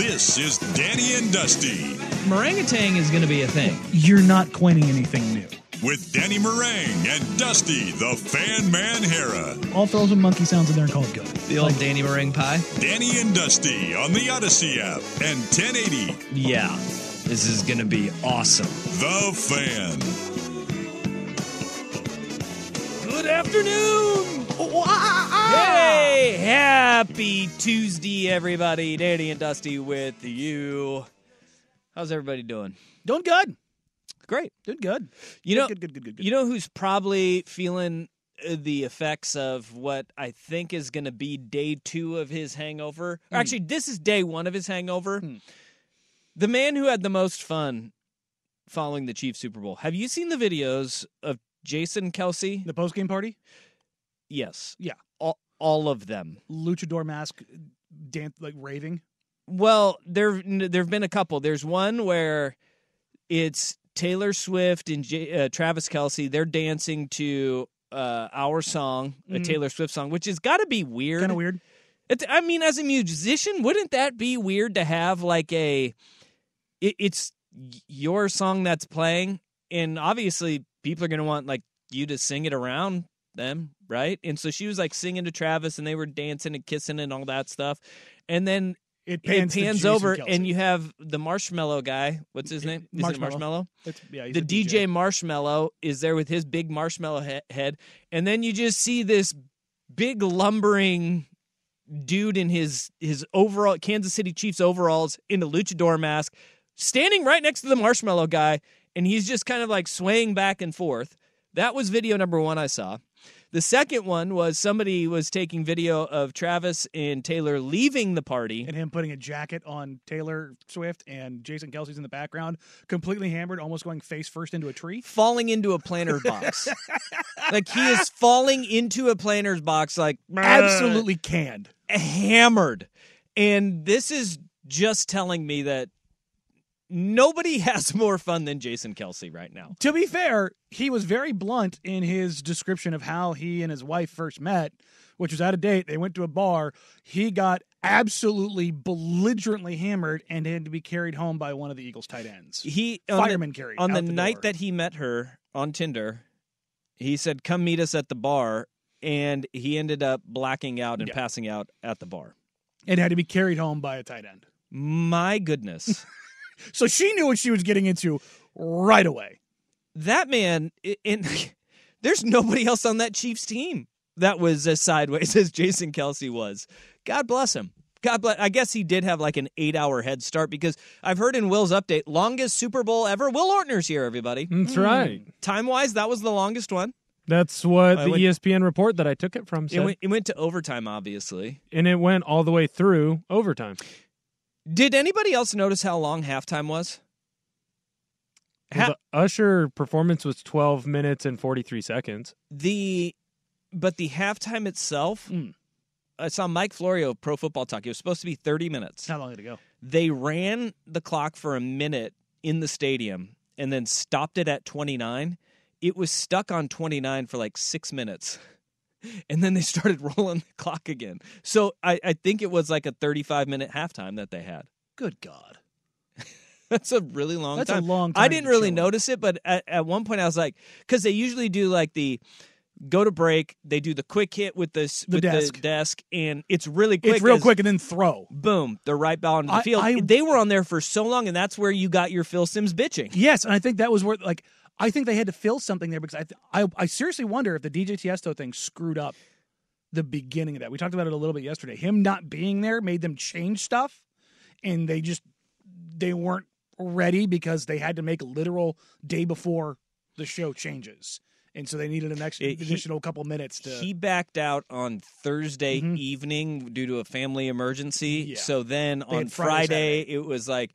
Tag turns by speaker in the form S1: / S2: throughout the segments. S1: This is Danny and Dusty.
S2: Meringatang is going to be a thing. You're not coining anything new.
S1: With Danny Meringue and Dusty, the Fan Man Hera.
S2: All throws and monkey sounds in there and call it good.
S3: The old like, Danny Meringue pie.
S1: Danny and Dusty on the Odyssey app and 1080.
S3: Yeah, this is going to be awesome.
S1: The Fan.
S3: Good afternoon.
S2: Oh, ah,
S3: Hey, happy Tuesday, everybody. Danny and Dusty with you. How's everybody doing?
S2: Doing good.
S3: Great.
S2: Doing good.
S3: You know,
S2: good, good, good, good,
S3: you know who's probably feeling uh, the effects of what I think is going to be day two of his hangover.
S2: Hmm.
S3: Or actually, this is day one of his hangover. The man who had the most fun following the Chiefs Super Bowl. Have you seen the videos of Jason Kelsey?
S2: the post game party,
S3: Yes.
S2: Yeah.
S3: All, all of them.
S2: luchador mask, dance like raving.
S3: Well, there there've been a couple. There's one where it's Taylor Swift and J- uh, Travis Kelsey. They're dancing to uh, our song, a
S2: Mhm.
S3: Taylor Swift song, which has got to be weird.
S2: Kind of weird.
S3: It, I mean, as a musician, wouldn't that be weird to have like a? It, it's y- your song that's playing, and obviously people are gonna want like you to sing it around them, right? And so she was like singing to Travis, and they were dancing and kissing and all that stuff, and then
S2: It pans,
S3: it
S2: to
S3: pans
S2: Jason
S3: over,
S2: Kelce.
S3: and you have the marshmallow guy. What's his name? Is it
S2: Marshmello.
S3: marshmallow?
S2: It's, yeah, he's
S3: the
S2: a
S3: DJ, Marshmallow is there with his big marshmallow he- head, and then you just see this big lumbering dude in his his overall Kansas City Chiefs overalls in a luchador mask, standing right next to the marshmallow guy, and he's just kind of like swaying back and forth. That was video number one I saw. The second one was somebody was taking video of Travis and Taylor leaving the party.
S2: and him putting a jacket on Taylor Swift and Jason Kelsey's in the background, completely hammered, almost going face first into a tree.
S3: falling into a planter box. like he is falling into a planter's box, like
S2: Absolutely canned.
S3: hammered. And this is just telling me that nobody has more fun than Jason Kelsey right now.
S2: To be fair, he was very blunt in his description of how he and his wife first met, which was out of date. They went to a bar. He got absolutely belligerently hammered and had to be carried home by one of the Eagles' tight ends.
S3: He on the-
S2: Fireman carried
S3: on the,
S2: out
S3: night
S2: door.
S3: that he met her on Tinder. He said, "Come meet us at the bar." And he ended up blacking out and
S2: Yeah.
S3: passing out at the bar.
S2: it had to be carried home by a tight end.
S3: My goodness.
S2: So she knew what she was getting into right away.
S3: that man i- in there's nobody else on that Chiefs team that was as sideways as Jason Kelsey was. God bless him. God bless. I guess he did have like an eight hour head start because I've heard in Will's update, longest Super Bowl ever. Will Ortner's here, everybody.
S2: Hmm.
S4: That's right.
S2: Mm.
S3: Time wise, that was the longest one.
S4: That's what
S3: I
S4: the E
S3: went-
S4: ESPN report that I took it from
S3: It
S4: said,
S3: went, it went to overtime, obviously.
S4: and it went all the way through overtime.
S3: Did anybody else notice how long halftime was?
S4: Well,
S3: Ha-
S4: the Usher performance was 12 minutes and 43 seconds.
S3: the but the halftime itself,
S2: Mm.
S3: I saw Mike Florio of Pro Football Talk. It was supposed to be thirty minutes.
S2: How long did it go?
S3: they ran the clock for a minute in the stadium and then stopped it at 29 it was stuck on 29 for like six minutes and then they started rolling the clock again so i, I think it was like a 35 minute halftime that they had
S2: Good God.
S3: that's a really long
S2: That's a
S3: time
S2: long
S3: i
S2: time
S3: didn't
S2: to
S3: really
S2: chill.
S3: notice it but at, at one point i was like because they usually do like the go to break. They do the quick hit with the, s-
S2: The
S3: with
S2: desk.
S3: the desk, and it's really quick.
S2: It's real
S3: as-
S2: quick and then throw.
S3: Boom! They're right back onto the
S2: I-
S3: field.
S2: I-
S3: they were on there for so long, and that's where you got your Phil Sims bitching.
S2: Yes, and I think that was where like I think they had to fill something there because I th- I, I seriously wonder if the DJ Tiesto thing screwed up the beginning of that. We talked about it a little bit yesterday. Him not being there made them change stuff, and they just they weren't ready because they had to make literal day before the show changes, and so they needed an extra
S3: It- he-
S2: additional couple minutes to.
S3: He backed out on Thursday evening due to a family emergency.
S2: Mm-hmm. Yeah.
S3: So then
S2: They
S3: on
S2: had Friday,
S3: Friday, it was like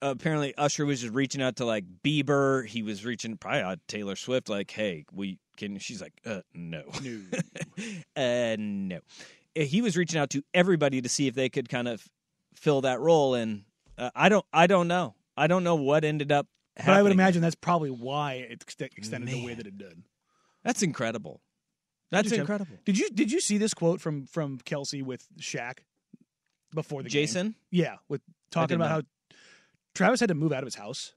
S3: apparently Usher was just reaching out to like Bieber. He was reaching probably out to Taylor Swift, like, hey, we can she's like, uh no.
S2: No.
S3: uh no. Uh, He was reaching out to everybody to see if they could kind of fill that role and uh, I don't I don't know. I don't know what ended up
S2: but I would
S3: happening.
S2: imagine that's probably why it ext- extended the way
S3: Man.
S2: that it did.
S3: that's incredible. That's
S2: Jim.
S3: incredible.
S2: Did you did you see this quote from from Kelsey with Shaq before the game?
S3: Jason?
S2: Yeah, with talking
S3: did
S2: about
S3: not.
S2: how Travis had to move out of his house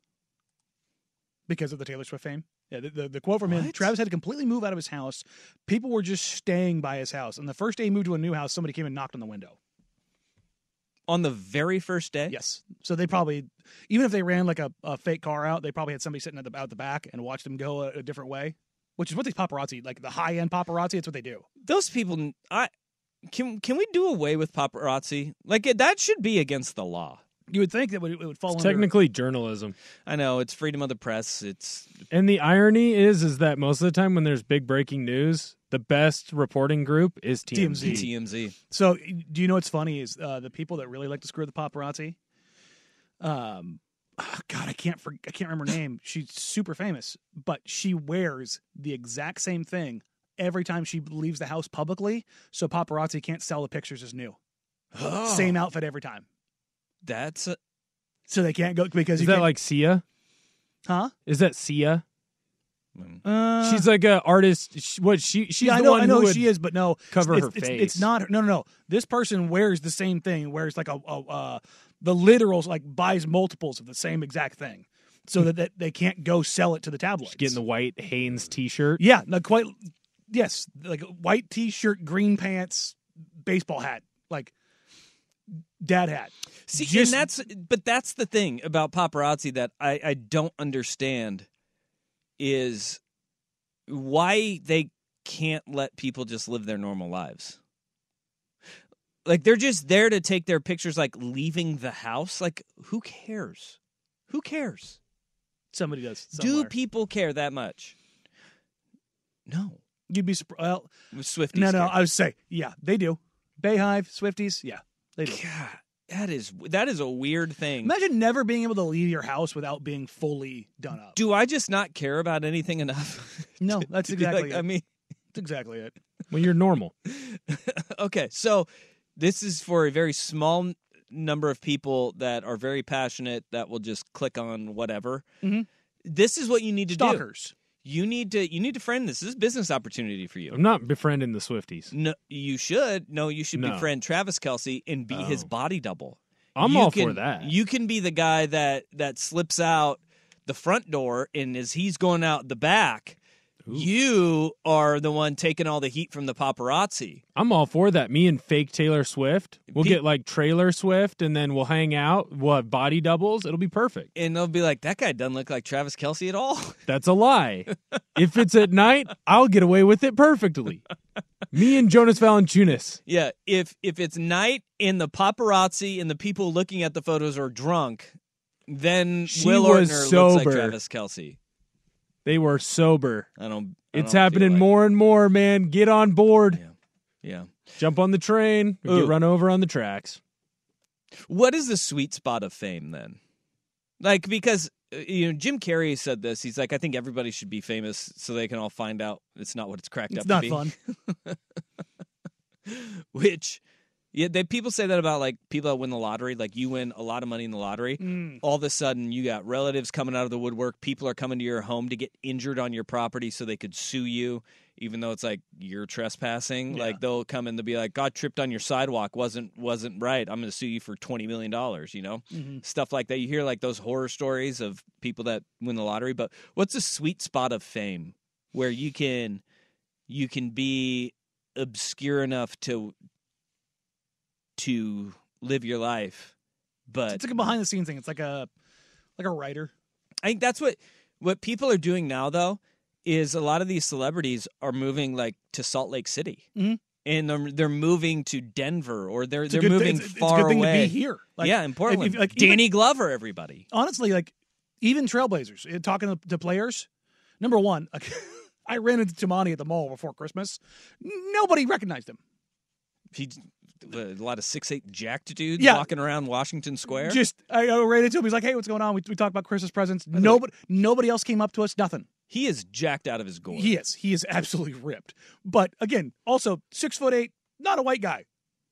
S2: because of the Taylor Swift fame. Yeah, the, the, the quote from him:
S3: What?
S2: Travis had to completely move out of his house. People were just staying by his house, and the first day he moved to a new house, somebody came and knocked on the window.
S3: On the very first day?
S2: Yes, so they probably, even if they ran like a, a fake car out, they probably had somebody sitting at the out the back and watched them go a, a different way, which is what these paparazzi, like the high end paparazzi, it's what they do.
S3: those people i can can we do away with paparazzi like it- that should be against the law
S2: You would think that would, it would fall
S4: It's
S2: under-
S4: technically journalism.
S3: i know it's freedom of the press it's
S4: And the irony is, is that most of the time when there's big breaking news, the best reporting group is TMZ.
S2: TMZ.
S3: tmz
S2: So, do you know what's funny is uh, the people that really like to screw the paparazzi. Um, ah, God, I can't for, I can't remember her name. She's super famous, but she wears the exact same thing every time she leaves the house publicly, so paparazzi can't sell the pictures as new. Same outfit every time,
S3: that's a,
S2: so they can't go because
S4: Is
S2: you
S4: that
S2: can't,
S4: like Sia?
S2: huh?
S4: Is that Sia?
S2: Uh,
S4: she's like a artist. She, what she? She's
S2: yeah,
S4: the
S2: I know,
S4: one
S2: I know
S4: who
S2: she
S4: would-
S2: is, but no,
S4: cover
S2: it's,
S4: her
S2: it's-
S4: face.
S2: It's, not. No, no, no. This person wears the same thing. Wears like a, a uh, the literal like buys multiples of the same exact thing,
S3: Hmm.
S2: so that, that they can't go sell it to the tabloids.
S4: She's getting the white Hanes T-shirt.
S2: yeah, like quite yes, like white t-shirt, green pants, baseball hat, like dad hat.
S3: see
S2: Just-
S3: and that's but that's the thing about paparazzi that i i don't understand is why they can't let people just live their normal lives like they're just there to take their pictures like leaving the house like who cares who cares
S2: Somebody does.
S3: Do
S2: somewhere.
S3: people care that much? No.
S2: You'd be surprised. Well,
S3: Swifties.
S2: no, no.
S3: care.
S2: I would say yeah, they do. Bayhive, Swifties, yeah, they do.
S3: God, that is that is a weird thing.
S2: Imagine never being able to leave your house without being fully done up.
S3: Do I just not care about anything enough?
S2: No, that's
S3: to be like-
S2: exactly. it.
S3: I mean,
S2: That's exactly it.
S4: Well, you're normal.
S3: okay, so this is for a very small n- number of people that are very passionate that will just click on whatever.
S2: Mhm.
S3: This is what you need to
S2: Stalkers.
S3: do. You need to you need to friend this. This is a business opportunity for you.
S4: I'm not befriending the Swifties.
S3: No, you should. No, you should
S4: No.
S3: befriend Travis Kelsey and be his
S4: Oh.
S3: body double.
S4: I'm
S3: You
S4: all
S3: can-
S4: for that.
S3: You can be the guy that that slips out the front door, and as he's going out the back, you are the one taking all the heat from the paparazzi.
S4: I'm all for that. Me and fake Taylor Swift. We'll
S3: Pe-
S4: get like trailer Swift, and then we'll hang out. We'll have body doubles. It'll be perfect.
S3: And they'll be like, "That guy doesn't look like Travis Kelsey at all."
S4: That's a lie. if it's at night, I'll get away with it perfectly. Me and Jonas Valanciunas.
S3: yeah, if if it's night and the paparazzi and the people looking at the photos are drunk, then
S4: She
S3: Will
S4: was
S3: Ortner looks like
S4: sober.
S3: Travis Kelsey.
S4: They were sober.
S3: I don't. I
S4: It's
S3: don't feel
S4: happening
S3: like-
S4: more and more, man. Get on board.
S3: Yeah.
S4: Jump on the train. Or
S3: Ooh.
S4: get run over on the tracks.
S3: What is the sweet spot of fame then? Like because uh, you know Jim Carrey said this. He's like, I think everybody should be famous so they can all find out it's not what it's cracked
S2: It's
S3: up
S2: not
S3: to be.
S2: fun.
S3: Which yeah, they, people say that about like people that win the lottery. Like you win a lot of money in the lottery, all of a sudden you got relatives coming out of the woodwork. People are coming to your home to get injured on your property so they could sue you, even though it's like you're trespassing. Like they'll come in to be like, "Got tripped on your sidewalk wasn't wasn't right. I'm going to sue you for twenty million dollars." You know, stuff like that. You hear like those horror stories of people that win the lottery. But what's the sweet spot of fame where you can you can be obscure enough to to live your life. But
S2: it's like a behind the scenes thing. It's like a like a writer.
S3: I think that's what what people are doing now though is a lot of these celebrities are moving like to Salt Lake City.
S2: Mhm.
S3: And they're, they're moving to Denver or they're
S2: It's a
S3: they're
S2: good thing-
S3: moving
S2: it's- it's a
S3: far
S2: good thing to be
S3: away.
S2: here. Like,
S3: yeah, in
S2: if-
S3: Portland.
S2: if- like, even-
S3: Danny Glover, everybody.
S2: honestly, like even Trailblazers, eh, talking to, to players, number one, like, I ran into Tamani at the mall before Christmas. Nobody recognized him.
S3: He a lot of six eight jacked dudes
S2: Yeah.
S3: walking around Washington Square.
S2: Just I, I ran into him. He's like, "Hey, what's going on?" We, we talked about Christmas presents. Nobody, nobody else came up to us. Nothing.
S3: he is jacked out of his gourd.
S2: He is. He is absolutely ripped. But again, also six foot eight, not a white guy,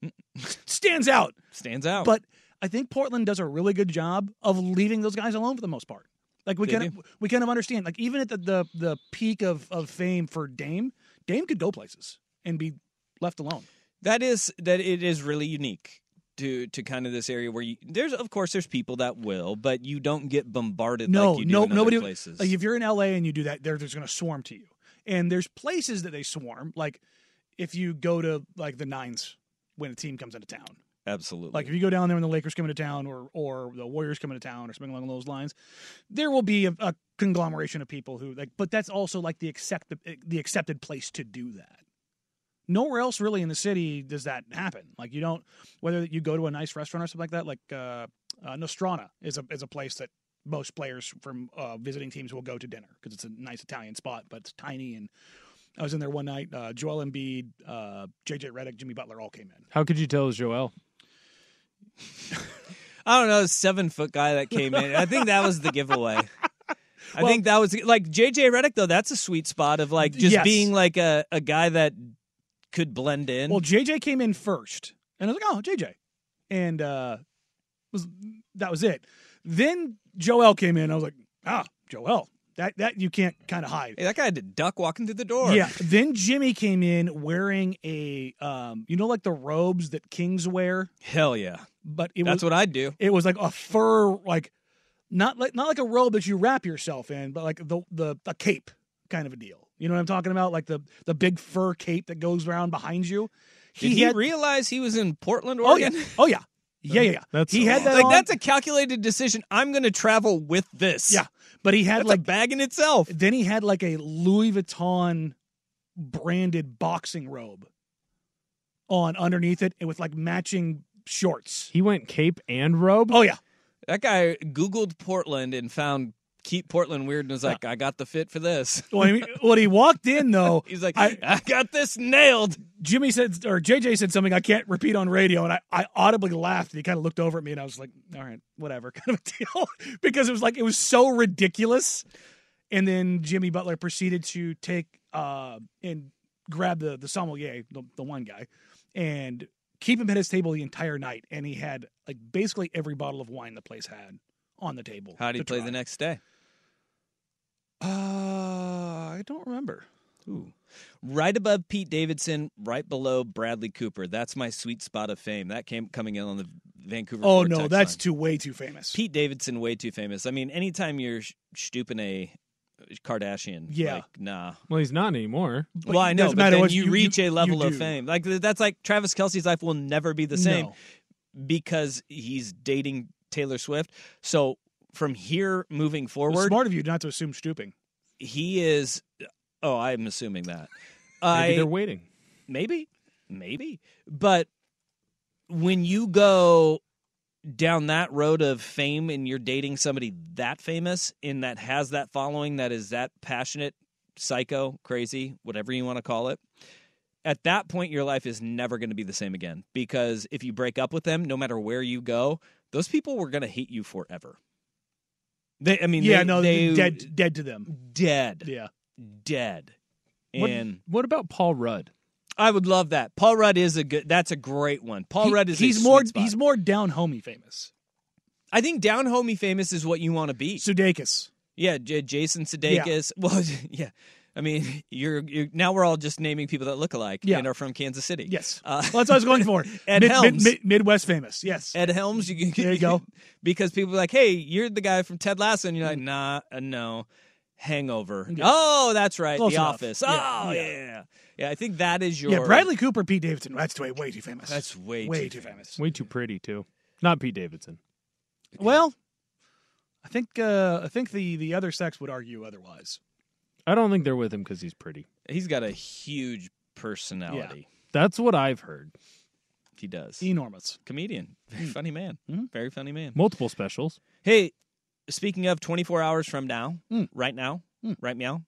S2: stands out.
S3: Mm. Stands out.
S2: But I think Portland does a really good job of leaving those guys alone for the most part. Like we
S3: They
S2: kind of we kind of understand. Like even at the the, the peak of, of fame for Dame, Dame could go places and be left alone.
S3: that is that it is really unique to to kind of this area where you there's of course there's people that will, but you don't get bombarded
S2: no,
S3: like you do
S2: no,
S3: in other
S2: nobody.
S3: places.
S2: Like if you're in LA and you do that, they're just going to swarm to you. And there's places that they swarm. Like if you go to like the nines when a team comes into town,
S3: Absolutely.
S2: Like if you go down there when the Lakers come into town, or or the Warriors come into town, or something along those lines, there will be a, a conglomeration of people who like. But that's also like the accept the accepted place to do that. Nowhere else really in the city does that happen. Like you don't whether you go to a nice restaurant or something like that. Like uh, uh, Nostrana is a is a place that most players from uh, visiting teams will go to dinner because it's a nice Italian spot, but it's tiny and. I was in there one night. Uh, Joel Embiid, uh, JJ Redick, Jimmy Butler all came in.
S4: How could you tell it was Joel?
S3: I don't know, seven foot guy that came in. I think that was the giveaway. I think that was like JJ Redick though. That's a sweet spot of like just
S2: Yes.
S3: being like a, a guy that could blend in.
S2: Well, JJ came in first, and I was like, "Oh, JJ," and uh, was that was it. Then Joel came in. I was like, "Ah, Joel, that that you can't kind of hide."
S3: hey, that guy had to duck walking through the door.
S2: Yeah. Then Jimmy came in wearing a, um, you know, like the robes that kings wear,
S3: hell yeah,
S2: but it
S3: that's
S2: was
S3: what I'd do.
S2: it was like a fur, like not like not like a robe that you wrap yourself in, but like the the a cape kind of a deal. You know what I'm talking about? Like the the big fur cape that goes around behind you.
S3: Did he,
S2: had-
S3: realize he was in Portland,
S2: Oh yeah.
S3: Oregon?
S2: Oh yeah. Yeah, yeah, yeah.
S4: That's-
S2: he had that.
S3: like
S2: on-
S3: that's a calculated decision. I'm going to travel with this.
S2: yeah, but he had
S3: that's
S2: like
S3: a bag in itself.
S2: then he had like a Louis Vuitton branded boxing robe on underneath it, and with like matching shorts.
S4: He went cape and robe.
S2: Oh yeah,
S3: That guy Googled Portland and found keep Portland weird and was like, I got the fit for this.
S2: when he, when he walked in though,
S3: He's like,
S2: I-
S3: I got this nailed.
S2: Jimmy said or JJ said something I can't repeat on radio, and I, I audibly laughed. And he kind of looked over at me, and I was like, "All right, whatever," kind of a deal, because it was like it was so ridiculous. And then Jimmy Butler proceeded to take uh, and grab the the sommelier, the, the one guy, and keep him at his table the entire night. And he had like basically every bottle of wine the place had on the table.
S3: How do you
S2: to
S3: play
S2: try.
S3: the next day?
S2: Uh, I don't remember.
S3: Ooh. Right above Pete Davidson, right below Bradley Cooper. That's my sweet spot of fame. That came coming in on the Vancouver.
S2: Oh
S3: Vortex
S2: no, that's
S3: line.
S2: too way too famous.
S3: Pete Davidson, way too famous. I mean, anytime you're sh- stooping a Kardashian,
S2: Yeah.
S3: like, nah.
S4: Well, he's not anymore.
S3: well, I know,
S2: doesn't
S3: but
S2: matter
S3: then
S2: what
S3: you,
S2: you-
S3: reach
S2: you-
S3: a
S2: you
S3: level of
S2: do.
S3: fame. Like th- that's like Travis Kelsey's life will never be the same
S2: No.
S3: because he's dating Taylor Swift. So from here moving
S2: It was
S3: forward,
S2: smart of you not to assume stooping.
S3: he is. Oh, I'm assuming that.
S4: Maybe
S3: I
S4: they're waiting.
S3: maybe, maybe, but when you go down that road of fame and you're dating somebody that famous and that has that following that is that passionate, psycho, crazy, whatever you want to call it, at that point your life is never going to be the same again because if you break up with them, no matter where you go, those people were going to hate you forever. They, I mean,
S2: yeah,
S3: they-
S2: no,
S3: they
S2: dead, dead to them.
S3: dead,
S2: Yeah,
S3: dead.
S4: What,
S3: And
S4: what about Paul Rudd?
S3: I would love that. Paul Rudd is a good. That's a great one. Paul
S2: He-
S3: Rudd is. a
S2: he's
S3: sweet
S2: more
S3: spot.
S2: he's more down homey famous.
S3: I think down homey famous is what you want to be.
S2: Sudeikis.
S3: yeah, J- Jason Sudeikis. Well, yeah. I mean, you're, you're now we're all just naming people that look alike
S2: Yeah.
S3: and are from Kansas City.
S2: Yes,
S3: Uh,
S2: well, that's what I was going for.
S3: Ed Helms.
S2: Midwest famous. Yes,
S3: Ed Helms. You can
S2: There you go.
S3: because people are like, hey, you're the guy from Ted Lasso, and you're like, nah, uh, no. Hangover. Oh, that's right.
S2: Close
S3: the
S2: enough.
S3: Office.
S2: Yeah,
S3: Oh, yeah.
S2: yeah.
S3: yeah. I think that is your.
S2: Yeah, Bradley Cooper, Pete Davidson. That's way way too famous.
S3: That's way,
S2: way too
S3: too, famous.
S4: Way too pretty too. Not Pete Davidson.
S2: Well, I think uh, I think the the other sex would argue otherwise.
S4: I don't think they're with him because he's pretty.
S3: He's got a huge personality.
S4: That's what I've heard.
S3: He does.
S2: Enormous.
S3: Comedian. Very
S2: Mm.
S3: funny man.
S2: Mm-hmm.
S3: Very funny man.
S4: Multiple specials.
S3: Hey, speaking of 24 hours from now,
S2: Mm.
S3: right now, right meow,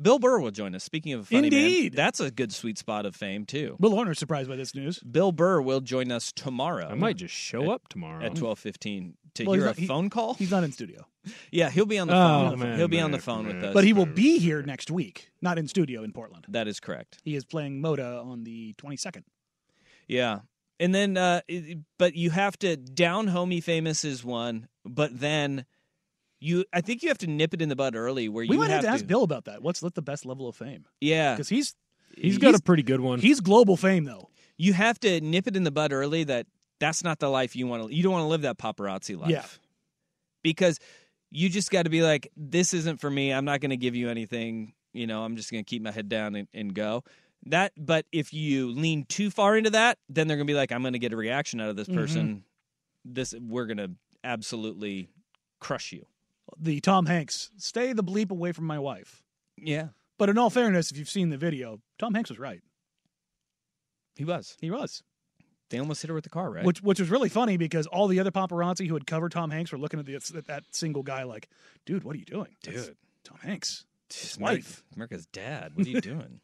S3: Bill Burr will join us. Speaking of a funny man,
S2: Indeed.
S3: that's a good sweet spot of fame, too.
S2: Bill Horner's surprised by this news.
S3: Bill Burr will join us tomorrow
S4: I might just show up tomorrow.
S3: Uh, at 12.15 to
S2: Mm. Well, he's
S3: hear a
S2: not- he-
S3: phone call.
S2: He's not in studio,
S3: Yeah, he'll be on the
S4: Oh,
S3: phone.
S4: man,
S3: he'll be on the
S4: man,
S3: phone with
S4: man.
S3: us.
S2: but he will be here next week. Not in studio in Portland.
S3: That is correct.
S2: He is playing Moda on the twenty second.
S3: Yeah. And then, uh, it- but you have to down homey famous is one, but then you, I think you have to nip it in the bud early where
S2: We
S3: you
S2: might have
S3: have
S2: to ask Bill about that. What's the best level of fame?
S3: Yeah.
S2: Because he's
S4: he's got a pretty good one.
S2: he's global fame though.
S3: You have to nip it in the bud early that that's not the life you want to, you don't want to live that paparazzi life.
S2: Yeah.
S3: Because you just got to be like, this isn't for me. I'm not going to give you anything. You know, I'm just going to keep my head down and, and go. That, but if you lean too far into that, then they're going to be like, I'm going to get a reaction out of this person. This, we're going to absolutely crush you.
S2: The Tom Hanks stay the bleep away from my wife.
S3: Yeah,
S2: But in all fairness, if you've seen the video, Tom Hanks was right.
S3: he was.
S2: He was.
S3: They almost hit her with the car, right?
S2: Which which was really funny because all the other paparazzi who had covered Tom Hanks were looking at, the, at that single guy like, dude, what are you doing? That's
S3: Dude.
S2: Tom Hanks.
S3: Jeez,
S2: wife.
S3: America- America's dad. What are you doing?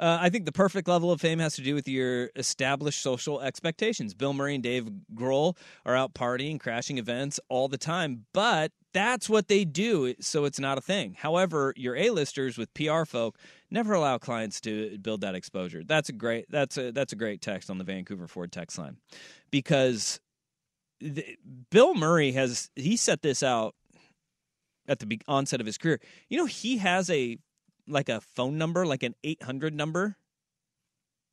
S3: Uh, I think the perfect level of fame has to do with your established social expectations. Bill Murray and Dave Grohl are out partying, crashing events all the time, but that's what they do, so it's not a thing. However, your A-listers with PR folk never allow clients to build that exposure. That's a great. That's a that's a great text on the Vancouver Ford text line, because the, Bill Murray has he set this out at the be- onset of his career. You know, he has a like a phone number, like an 800 number.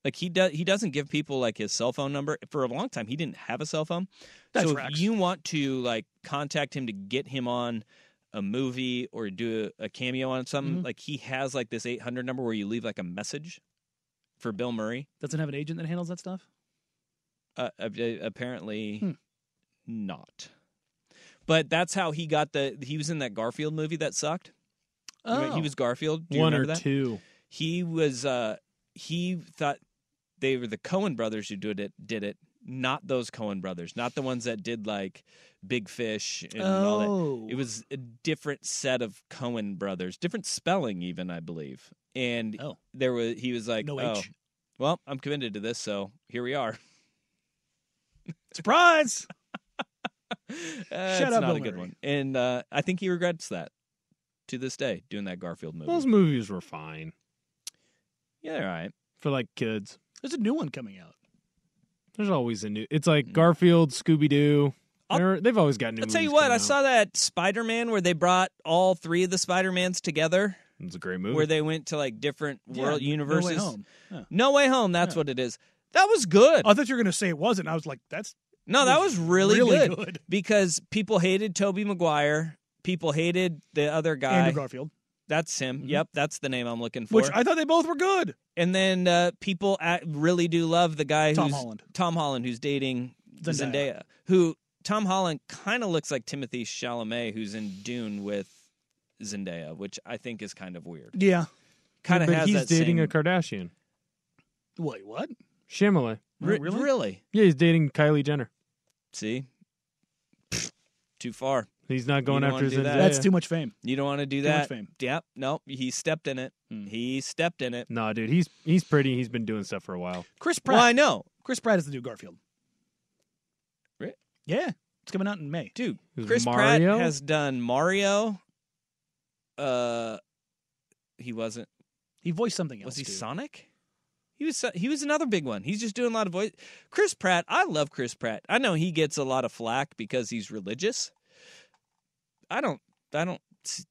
S3: Like he does, he doesn't give people like his cell phone number for a long time. He didn't have a cell phone,
S2: That
S3: so if
S2: tracks.
S3: you want to like contact him to get him on a movie or do a, a cameo on something, like he has like this 800 number where you leave like a message for Bill Murray.
S2: Doesn't have an agent that handles that stuff?
S3: Uh, ab- uh, apparently
S2: Hmm.
S3: not. But that's how he got the. He was in that Garfield movie that sucked. Remember-
S2: Oh.
S3: He was Garfield. Do you
S4: one or
S3: remember that?
S4: two.
S3: He was. Uh, he thought they were the Cohen brothers who did it. Did it. Not those Cohen brothers. Not the ones that did like Big Fish and all
S2: Oh.
S3: that. It was a different set of Cohen brothers, different spelling even, I believe. And
S2: Oh.
S3: there was he was like,
S2: No
S3: oh,
S2: H.
S3: well, I'm committed to this, so here we are.
S2: Surprise!
S3: Uh,
S2: Shut
S3: it's
S2: up,
S3: not
S2: Bill
S3: a good
S2: Murray.
S3: one. And uh, I think he regrets that to this day, doing that Garfield movie.
S4: Those movies were fine
S3: yeah, all right.
S4: for like kids.
S2: There's a new one coming out.
S4: There's always a new. It's like Garfield, Scooby Doo.
S3: I'll-
S4: They've always got new.
S3: Mm. I'll tell you
S4: movies
S3: what,
S4: coming
S3: I
S4: out.
S3: saw that Spider Man where they brought all three of the Spider Mans together,
S4: It's a great movie.
S3: where they went to like different world
S2: Yeah,
S3: universes.
S2: No Way Home. Yeah. Oh,
S3: No Way Home, that's what it is. That was good.
S2: I thought you were going to say it wasn't. I was like, that's
S3: No, that was really,
S2: really
S3: good,
S2: good.
S3: because people hated Toby Maguire. People hated the other guy.
S2: Andrew Garfield, Mm-hmm.
S3: That's him. Yep, that's the name I'm looking for.
S2: which I thought they both were good.
S3: And then uh, people at, really do love the guy
S2: Tom
S3: who's
S2: Holland.
S3: Tom Holland, who's dating Zendaya.
S2: Zendaya.
S3: who Tom Holland kind of looks like Timothy Chalamet, who's in Dune with Zendaya, which I think is kind of weird.
S2: Yeah.
S3: Kind of
S4: but
S3: has
S4: he's
S3: that
S4: dating
S3: same...
S4: a Kardashian.
S2: Wait, what?
S4: Shyamalan.
S3: Re-
S2: Oh, really?
S4: Yeah, he's dating Kylie Jenner.
S3: See, too far.
S4: He's not
S3: You
S4: going
S3: don't
S4: after
S3: wanna do
S4: Zendaya.
S3: that.
S2: That's too much fame.
S3: You don't want to do
S2: Too much
S3: that.
S2: fame. Hmm.
S3: Yep. No, he stepped in it. He stepped in it.
S4: Nah, dude, he's he's pretty. He's been doing stuff for a while.
S2: Chris Pratt.
S3: Well, I know,
S2: Chris Pratt is the new Garfield.
S3: Re-
S2: Yeah. It's coming out in May.
S3: dude.
S4: Who's
S3: Chris
S4: Mario?
S3: Pratt has done Mario. Uh, he wasn't.
S2: He voiced something else.
S3: Was he
S2: too.
S3: Sonic? He was he was another big one. He's just doing a lot of voice. Chris Pratt, I love Chris Pratt. I know he gets a lot of flack because he's religious. I don't I don't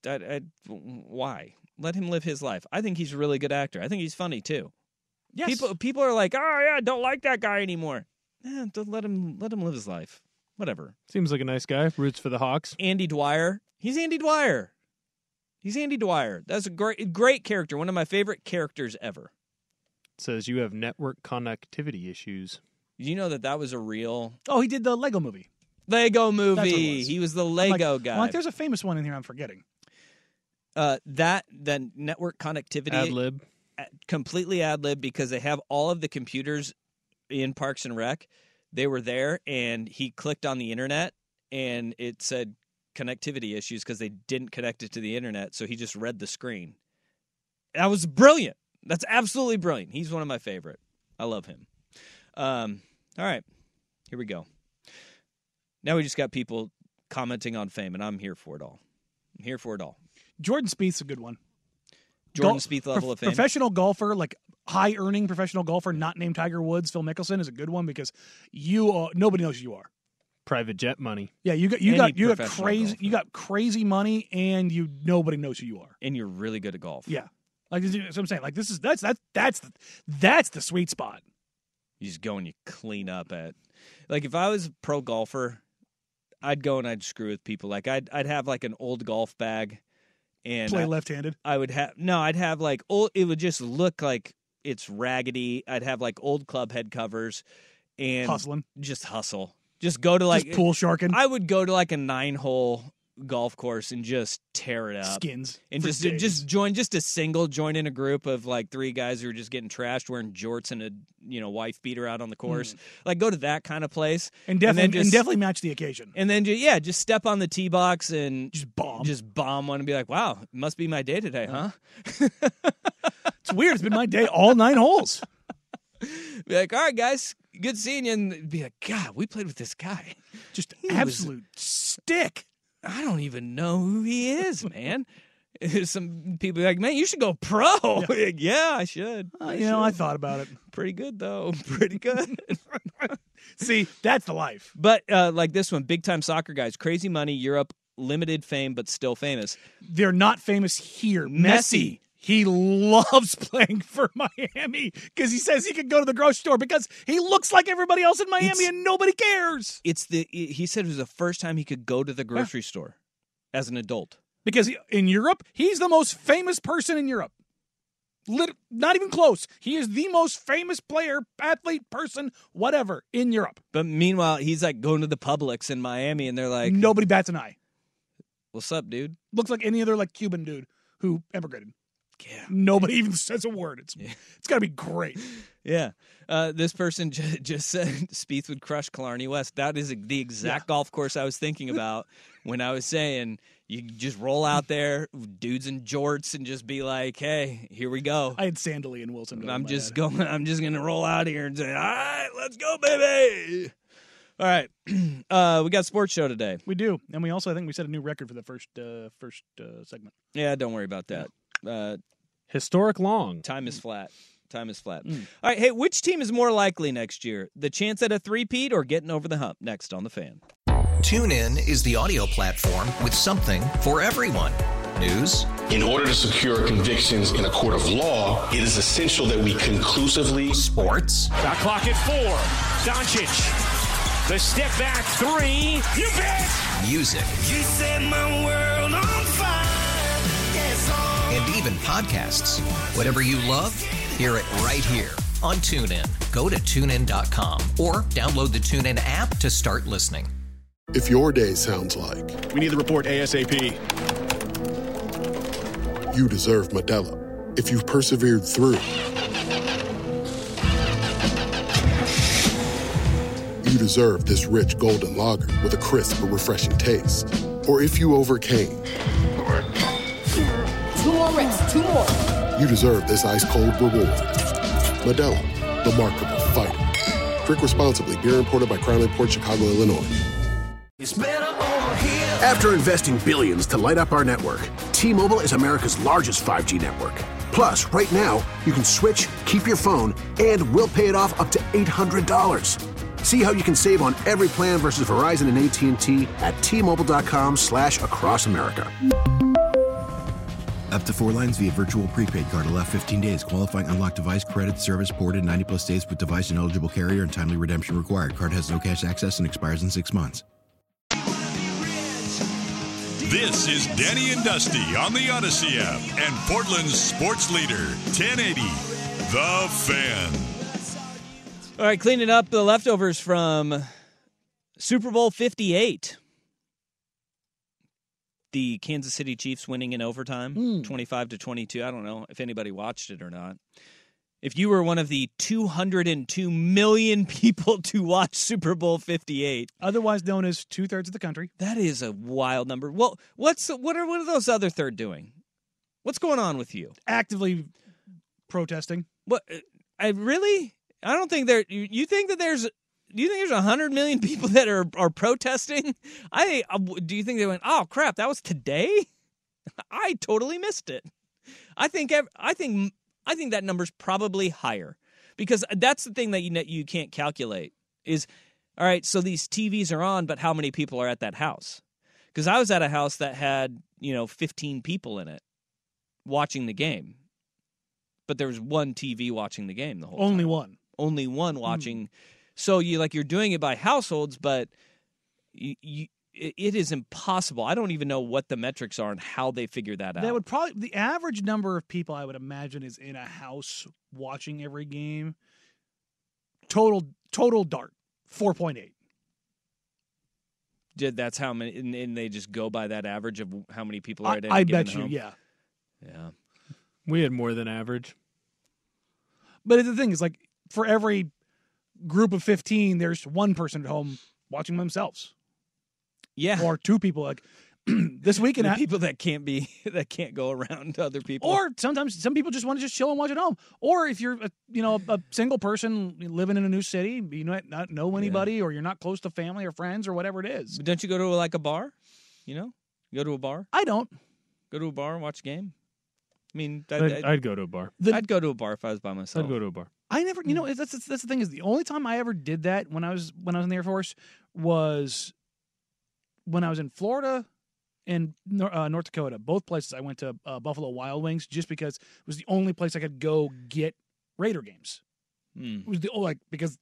S3: I, I- why let him live his life. I think he's a really good actor. I think he's funny too.
S2: Yes.
S3: People people are like, oh yeah, I don't like that guy anymore. Eh, don't let him let him live his life. Whatever.
S4: Seems like a nice guy. Roots for the Hawks.
S3: Andy Dwyer, he's Andy Dwyer. He's Andy Dwyer. That's a great, great character. One of my favorite characters ever.
S5: says you have network connectivity issues.
S3: You know that that was a real
S2: Oh, he did the Lego movie.
S3: Lego movie.
S2: That's what it was.
S3: He was the
S2: I'm like-
S3: Lego
S2: I'm
S3: guy.
S2: Like, there's a famous one in here I'm forgetting.
S3: uh, that that network connectivity
S5: Ad lib.
S3: a- completely ad lib because they have all of the computers in Parks and Rec. They were there, and he clicked on the internet, and it said connectivity issues because they didn't connect it to the internet. So he just read the screen. That was brilliant. That's absolutely brilliant. He's one of my favorite. I love him. Um, all right, here we go. Now we just got people commenting on fame, and I'm here for it all. I'm here for it all.
S2: Jordan Spieth's a good one.
S3: Jordan
S2: Gol-
S3: Spieth level
S2: prof-
S3: of fame.
S2: Professional golfer, like high earning professional golfer, not named Tiger Woods, Phil Mickelson is a good one because you are, nobody knows who you are.
S5: Private jet money.
S2: Yeah, you got you
S3: Any
S2: got you got
S3: professional
S2: crazy
S3: golfer.
S2: you got crazy money and you nobody knows who you are.
S3: and you're really good at golf.
S2: Yeah. Like this is- that's what I'm saying. Like this is that's that's that's the, that's the sweet spot.
S3: You just go and you clean up at like if I was a pro golfer, I'd go and I'd screw with people. Like I'd I'd have like an old golf bag and
S2: Play
S3: I,
S2: left-handed.
S3: I would have no, I'd have like old it would just look like it's raggedy. I'd have like old club head covers and
S2: Hustling.
S3: just hustle. Just go to like
S2: just pool sharking.
S3: I would go to like a nine hole golf course and just tear it up.
S2: skins.
S3: and
S2: for
S3: just
S2: days.
S3: just join just a single join in a group of like three guys who are just getting trashed wearing jorts and a you know wife beater out on the course like go to that kind of place
S2: Hmm. and definitely and,
S3: then just,
S2: definitely match the occasion.
S3: and then ju- yeah just step on the tee box and
S2: Just bomb.
S3: just bomb one and be like wow it must be my day today huh
S2: it's weird. It's been my day all nine holes.
S3: be like all right guys good seeing you and be like god we played with this guy
S2: Just
S3: He was-
S2: absolute stick.
S3: i don't even know who he is man some people be like man you should go pro Like, yeah, i should
S2: Uh, you know, I thought about it.
S3: pretty good though pretty good
S2: See, that's the life.
S3: But uh, like this one, big time soccer guys, crazy money, Europe, limited fame, but still famous.
S2: They're not famous here.
S3: Messi.
S2: Messi. He loves playing for Miami because he says he can go to the grocery store because he looks like everybody else in Miami
S3: It's-
S2: and nobody cares.
S3: It's the he said it was the first time he could go to the grocery store as an adult.
S2: Because he- in Europe, he's the most famous person in Europe. Lit- not even close. He is the most famous player, athlete, person, whatever in Europe.
S3: But meanwhile, he's like going to the Publix in Miami, and they're like,
S2: nobody bats an eye.
S3: what's up, dude?"
S2: Looks like any other like Cuban dude who emigrated.
S3: Yeah,
S2: Nobody even says a word. It's
S3: Yeah.
S2: it's got to be great.
S3: yeah. Uh, this person j- just said Spieth would crush Killarney West. That is the exact golf course I was thinking about when I was saying you just roll out there, dudes in jorts, and just be like, "Hey, here we go."
S2: I had Sandley and Wilson. going in
S3: I'm
S2: my
S3: just
S2: head.
S3: going. I'm just gonna roll out here and say, "All right, let's go, baby." All right, uh, we got sports show today.
S2: We do, and we also I think we set a new record for the first uh, first uh, segment.
S3: Yeah, don't worry about that. Uh,
S5: Historic long.
S3: time is flat. Time is flat. All right, hey, which team is more likely next year? The chance at a three-peat or getting over the hump? Next on the fan.
S6: TuneIn is the audio platform with something for everyone. News,
S7: In order to secure convictions in a court of law, it is essential that we conclusively
S6: sports,
S8: The clock at four. Doncic. The step back three. You bet.
S6: music,
S9: You set my world on fire. Yes, oh.
S6: and even podcasts. Whatever you love, hear it right here on TuneIn. Go to tunein.com or download the TuneIn app to start listening.
S10: If your day sounds like
S8: We need the report ASAP.
S10: you deserve Medella, if you've persevered through, you deserve this rich golden lager with a crisp but refreshing taste. Or if you overcame,
S9: Two more reps, two more.
S10: you deserve this ice cold reward. Medella, the mark of a fighter. Drink responsibly. Beer imported by Crown Port Chicago, Illinois.
S9: It's better over here.
S11: After investing billions to light up our network, T-Mobile is America's largest 5G network. Plus, right now, you can switch, keep your phone, and we'll pay it off up to $800. See how you can save on every plan versus Verizon and AT&T at T-Mobile.com slash across America.
S12: Up to four lines via virtual prepaid card. Allow 15 days. Qualifying unlocked device credit service ported 90 plus days with device and eligible carrier and timely redemption required. Card has no cash access and expires in six months.
S1: This is Danny and Dusty on the Odyssey app and Portland's sports leader, 1080, The Fan.
S3: All right, cleaning up the leftovers from Super Bowl 58. The Kansas City Chiefs winning in overtime,
S2: Hmm.
S3: 25 to 22. I don't know if anybody watched it or not. If you were one of the 202 million people to watch Super Bowl 58,
S2: otherwise known as two thirds of the country,
S3: that is a wild number. Well, what's what are what are those other third doing? What's going on with you?
S2: Actively protesting.
S3: What? uh, I really? I don't think there. You, you think that there's? Do you think there's hundred million people that are are protesting? I uh, do you think they went? Oh crap! That was today. I totally missed it. I think ev- I think I think that number's probably higher because that's the thing that you ne- you can't calculate is all right. So these TVs are on, but how many people are at that house? Because I was at a house that had you know 15 people in it watching the game, but there was one TV watching the game the whole
S2: Only
S3: time.
S2: one.
S3: only
S2: Hmm.
S3: one watching. So you like you're doing it by households, but you, you it it is impossible. I don't even know what the metrics are and how they figure that out.
S2: That would probably the average number of people I would imagine is in a house watching every game. Total total dart four point eight.
S3: Did that's how many, and, and they just go by that average of how many people are
S2: I,
S3: at any
S2: I
S3: given
S2: bet you,
S3: home?
S2: yeah.
S3: yeah.
S5: We had more than average.
S2: But the thing is, like for every group of fifteen, there's one person at home watching themselves.
S3: Yeah,
S2: or two people. Like this weekend,
S3: The
S2: I-
S3: people that can't be that can't go around other people.
S2: Or sometimes some people just want to just chill and watch at home. Or if you're a, you know a single person living in a new city, you might not know anybody, or you're not close to family or friends or whatever it is.
S3: But don't you go to like a bar? You know, you go to a bar.
S2: I don't
S3: Go to a bar and watch a game. I mean,
S5: I'd, I'd, go to a bar.
S3: I'd go to a bar if I was by myself.
S5: I'd go to a bar.
S2: I never, you know, that's that's that's the thing is the only time I ever did that when I was when I was in the Air Force was when I was in Florida and Nor- uh, North Dakota. Both places I went to uh, Buffalo Wild Wings just because it was the only place I could go get Raider games.
S3: Hmm.
S2: It was the oh, like because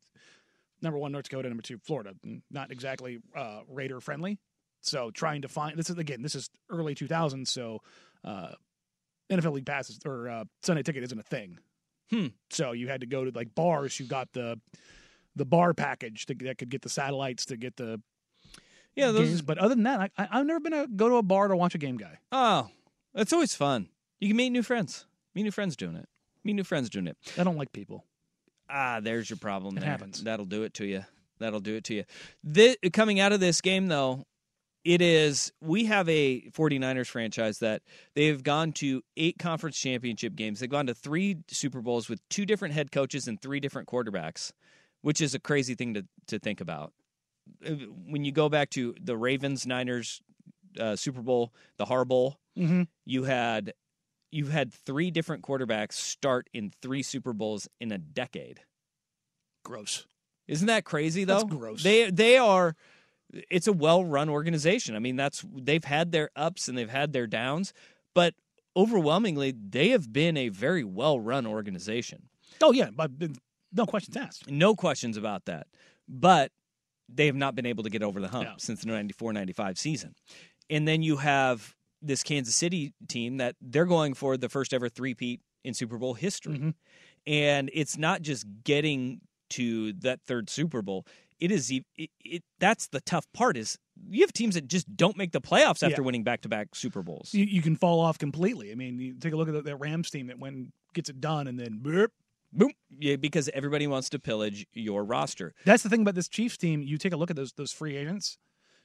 S2: number one North Dakota, number two Florida, not exactly uh, Raider friendly. So trying to find this is again this is early 2000s, so uh, NFL League passes or uh, Sunday ticket isn't a thing.
S3: Hmm.
S2: So you had to go to like bars who got the the bar package to, that could get the satellites to get the
S3: yeah those-
S2: games. But other than that, I, I, I've never been a go to a bar to watch a game guy.
S3: Oh, that's always fun. You can meet new friends. Meet new friends doing it. Meet new friends doing it.
S2: I don't like people.
S3: Ah, there's your problem.
S2: It
S3: there.
S2: happens.
S3: That'll do it to you. That'll do it to you. This, coming out of this game, though, it is we have a 49ers franchise that they've gone to eight conference championship games. They've gone to three Super Bowls with two different head coaches and three different quarterbacks, which is a crazy thing to, to think about. Uh, When you go back to the Ravens, Niners, uh, Super Bowl, the Har Bowl,
S2: Mm-hmm.
S3: you had you had three different quarterbacks start in three Super Bowls in a decade.
S2: Gross.
S3: Isn't that crazy though?
S2: That's gross.
S3: They they are it's a well-run organization. I mean, that's they've had their ups and they've had their downs, but overwhelmingly they have been a very well-run organization.
S2: Oh yeah, but no questions asked.
S3: No questions about that. But they have not been able to get over the hump
S2: No.
S3: since the 94 95 season. And then you have this Kansas City team that they're going for the first ever three-peat in Super Bowl history.
S2: Mm-hmm.
S3: And it's not just getting to that third Super Bowl. It is e- it, it that's the tough part is you have teams that just don't make the playoffs
S2: Yeah.
S3: after winning back-to-back Super Bowls.
S2: You, you can fall off completely. I mean, you take a look at that- that Rams team that when gets it done and then boop.
S3: Boom. Yeah, because everybody wants to pillage your roster.
S2: That's the thing about this Chiefs team. You take a look at those those free agents.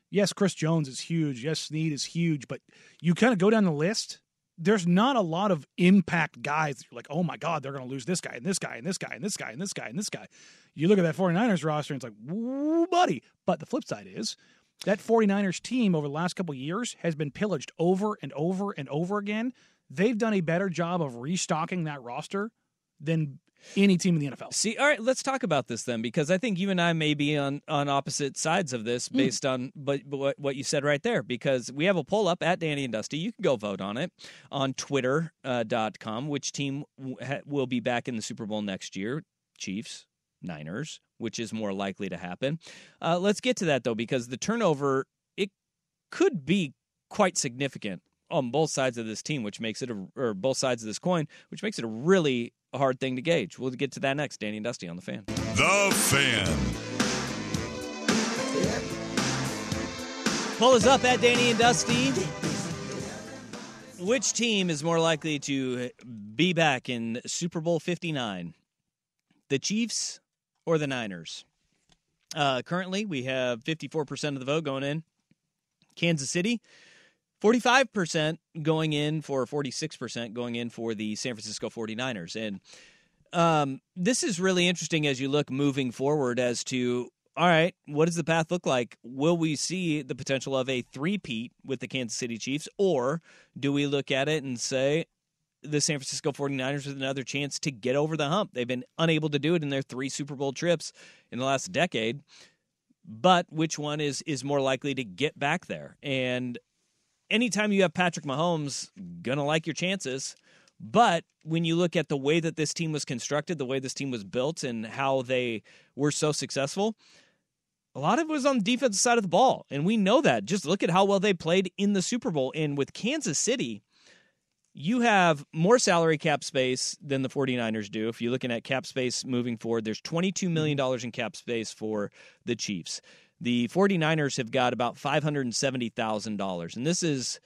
S2: Yes, Chris Jones is huge. Yes, Snead is huge. But you kind of go down the list. There's not a lot of impact guys. that You're like, oh my God, they're going to lose this guy and this guy and this guy and this guy and this guy and this guy. You look at that 49ers roster and it's like, woo, buddy. But the flip side is that 49ers team over the last couple of years has been pillaged over and over and over again. They've done a better job of restocking that roster than any team in the NFL.
S3: See, all right, let's talk about this then, because I think you and I may be on, on opposite sides of this
S2: Hmm.
S3: based on but, but what, what you said right there, because we have a poll up at Danny and Dusty. You can go vote on it on Twitter.com, uh, dot com, which team w- ha- will be back in the Super Bowl next year. Chiefs, Niners, which is more likely to happen. Uh, let's get to that, though, because the turnover, it could be quite significant on both sides of this team, which makes it a, or both sides of this coin, which makes it a really hard thing to gauge. We'll get to that next. Danny and Dusty on the fan.
S1: The Fan.
S3: Pull us up at Danny and Dusty. Which team is more likely to be back in Super Bowl 59? The Chiefs or the Niners? Uh, currently, we have 54% of the vote going in. Kansas City, 45% going in for 46% going in for the San Francisco 49ers. And um, this is really interesting as you look moving forward as to all right, what does the path look like? Will we see the potential of a three-peat with the Kansas City Chiefs, or do we look at it and say the San Francisco 49ers with another chance to get over the hump? They've been unable to do it in their three Super Bowl trips in the last decade. But which one is is more likely to get back there? And anytime you have Patrick Mahomes, gonna like your chances. But when you look at the way that this team was constructed, the way this team was built, and how they were so successful, a lot of it was on the defensive side of the ball. And we know that. Just look at how well they played in the Super Bowl. And with Kansas City, you have more salary cap space than the 49ers do. If you're looking at cap space moving forward, there's $22 million in cap space for the Chiefs. The 49ers have got about $570,000. And this is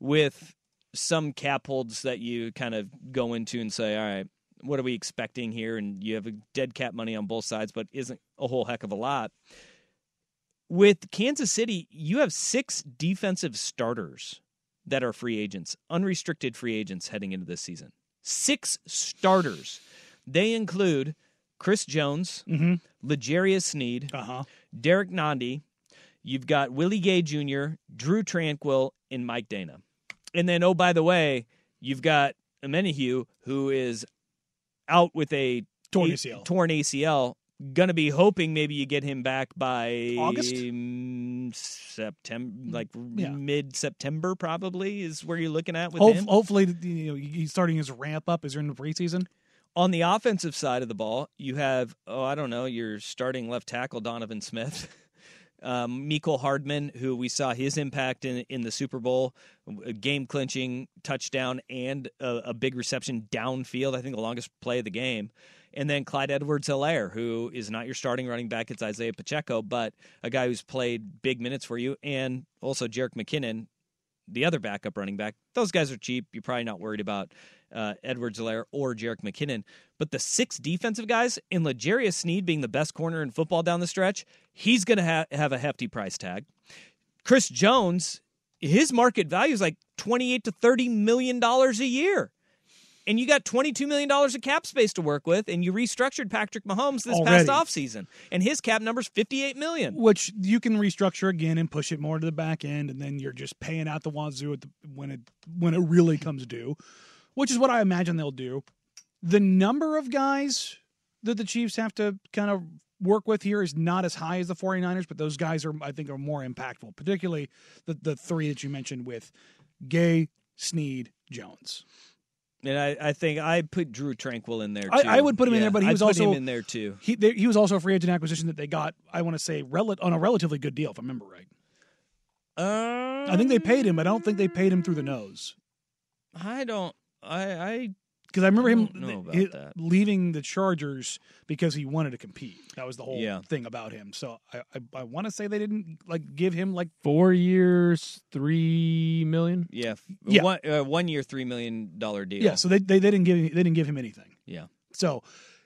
S3: with some cap holds that you kind of go into and say, all right, what are we expecting here? And you have a dead cap money on both sides, but isn't a whole heck of a lot. With Kansas City, you have six defensive starters that are free agents, unrestricted free agents heading into this season. Six starters. They include Chris Jones,
S2: Mhm.
S3: Legarius Sneed, Derek Nandi. You've got Willie Gay Jr., Drew Tranquil, and Mike Dana. And then, oh, by the way, you've got Amenahue, who is out with a
S2: Torn
S3: a-
S2: ACL.
S3: torn ACL. Gonna be hoping maybe you get him back by
S2: August? Mm,
S3: mm, September, like
S2: Yeah.
S3: mid September, probably is where you're looking at with
S2: Hope-
S3: him.
S2: hopefully, you know, he's starting his ramp up as you're in the preseason.
S3: On the offensive side of the ball, you have, oh, I don't know, your starting left tackle, Donovan Smith. Um, Miko Hardman, who we saw his impact in, in the Super Bowl, a game clinching touchdown and a, a big reception downfield, I think the longest play of the game. And then Clyde Edwards Hilaire, who is not your starting running back, it's Isaiah Pacheco, but a guy who's played big minutes for you. And also Jarek McKinnon, the other backup running back. Those guys are cheap. You're probably not worried about uh, Edwards Alaire or Jarek McKinnon. But the six defensive guys, and Legarius Sneed being the best corner in football down the stretch, he's going to ha- have a hefty price tag. Chris Jones, his market value is like 28 to 30 million dollars a year. And you got $22 million of cap space to work with, and you restructured Patrick Mahomes this
S2: Already.
S3: past offseason. And his cap number's $58 million.
S2: which you can restructure again and push it more to the back end, and then you're just paying out the wazoo at the, when it when it really comes due, which is what I imagine they'll do. The number of guys that the Chiefs have to kind of work with here is not as high as the 49ers, but those guys are I think are more impactful, particularly the the three that you mentioned with Gay, Sneed, Jones.
S3: And I, I think I put Drew Tranquil in there too.
S2: I- I would put him in
S3: Yeah,
S2: there, but he
S3: I
S2: was
S3: put
S2: also-
S3: him in there too.
S2: He they, he was also a free agent acquisition that they got. I want to say rel- on a relatively good deal, if I remember right.
S3: Uh,
S2: I think they paid him. but I don't think they paid him through the nose.
S3: I don't. I I
S2: because I remember him
S3: don't know about
S2: th-
S3: that.
S2: leaving the Chargers because he wanted to compete. That was the whole
S3: Yeah.
S2: thing about him. So I I, I want to say they didn't like give him like
S4: Four years, three million.
S3: Yeah, f-
S2: Yeah.
S3: One, uh, one year, three million dollar deal.
S2: yeah. So they, they they didn't give they didn't give him anything.
S3: yeah.
S2: So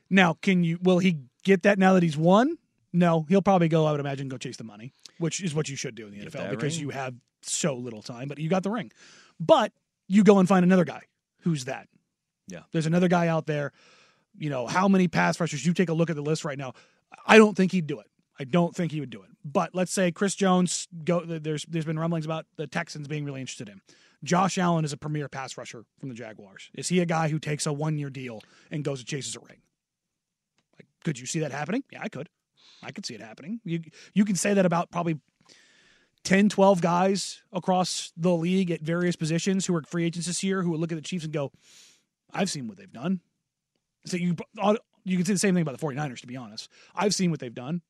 S2: now can you will he get that now that he's won? No, he'll probably go. I would imagine go chase the money, which is what you should do in the NFL
S3: that
S2: because
S3: ring.
S2: you have so little time. But you got the ring, but you go and find another guy. Who's that?
S3: Yeah.
S2: There's another guy out there. You know, how many pass rushers? You take a look at the list right now. I don't think he'd do it. I don't think he would do it. But let's say Chris Jones go there's there's been rumblings about the Texans being really interested in him. Josh Allen is a premier pass rusher from the Jaguars. Is he a guy who takes a one year deal and goes and chases a ring? Like, could you see that happening? Yeah, I could. I could see it happening. You you can say that about probably 10, 12 guys across the league at various positions who are free agents this year who would look at the Chiefs and go, I've seen what they've done. So you you can say the same thing about the 49ers, to be honest. I've seen what they've done.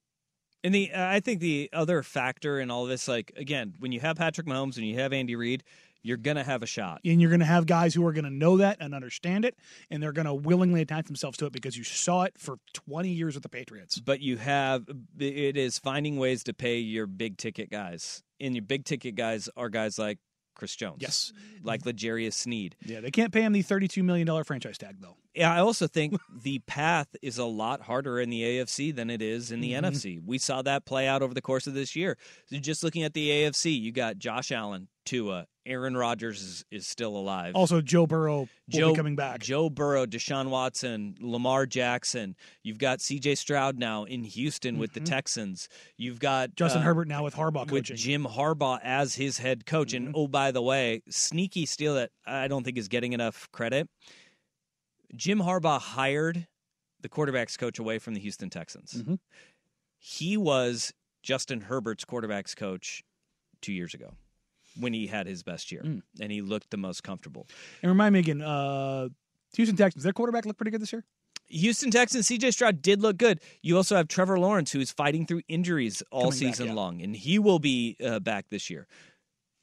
S6: And the I think the other factor in all this, like again, when you have Patrick Mahomes and you have Andy Reid, you're gonna have a shot.
S3: And you're going to have guys who are going to know that and understand it, and they're going to willingly attach themselves to it because you saw it for 20 years with the Patriots.
S6: But you have it is finding ways to pay your big ticket guys, and your big ticket guys are guys like Chris Jones,
S3: Yes.
S6: like Legarius Sneed.
S3: Yeah, they can't pay him the $32 million franchise tag, though.
S6: Yeah, I also think the path is a lot harder in the AFC than it is in the
S3: Mhm.
S6: NFC. We saw that play out over the course of this year. So just looking at the AFC, you got Josh Allen, Tua, Aaron Rodgers is, is still alive.
S3: Also, Joe Burrow will be coming back.
S6: Joe Burrow, Deshaun Watson, Lamar Jackson. You've got C.J. Stroud now in Houston with the
S3: Mhm.
S6: Texans. You've got
S3: Justin
S6: uh,
S3: Herbert now with Harbaugh
S6: with
S3: coaching. Mm-hmm.
S6: Jim Harbaugh as his head coach. And oh, by the way, sneaky steal that I don't think is getting enough credit. Jim Harbaugh hired the quarterbacks coach away from the Houston Texans.
S3: Mhm.
S6: He was Justin Herbert's quarterbacks coach two years ago when he had his best year
S3: Mm.
S6: and he looked the most comfortable.
S3: And remind me again, uh, Houston Texans, their quarterback looked pretty good this year.
S6: Houston Texans CJ Stroud did look good. You also have Trevor Lawrence who's fighting through injuries all
S3: Coming back,
S6: season long and he will be uh, back this year.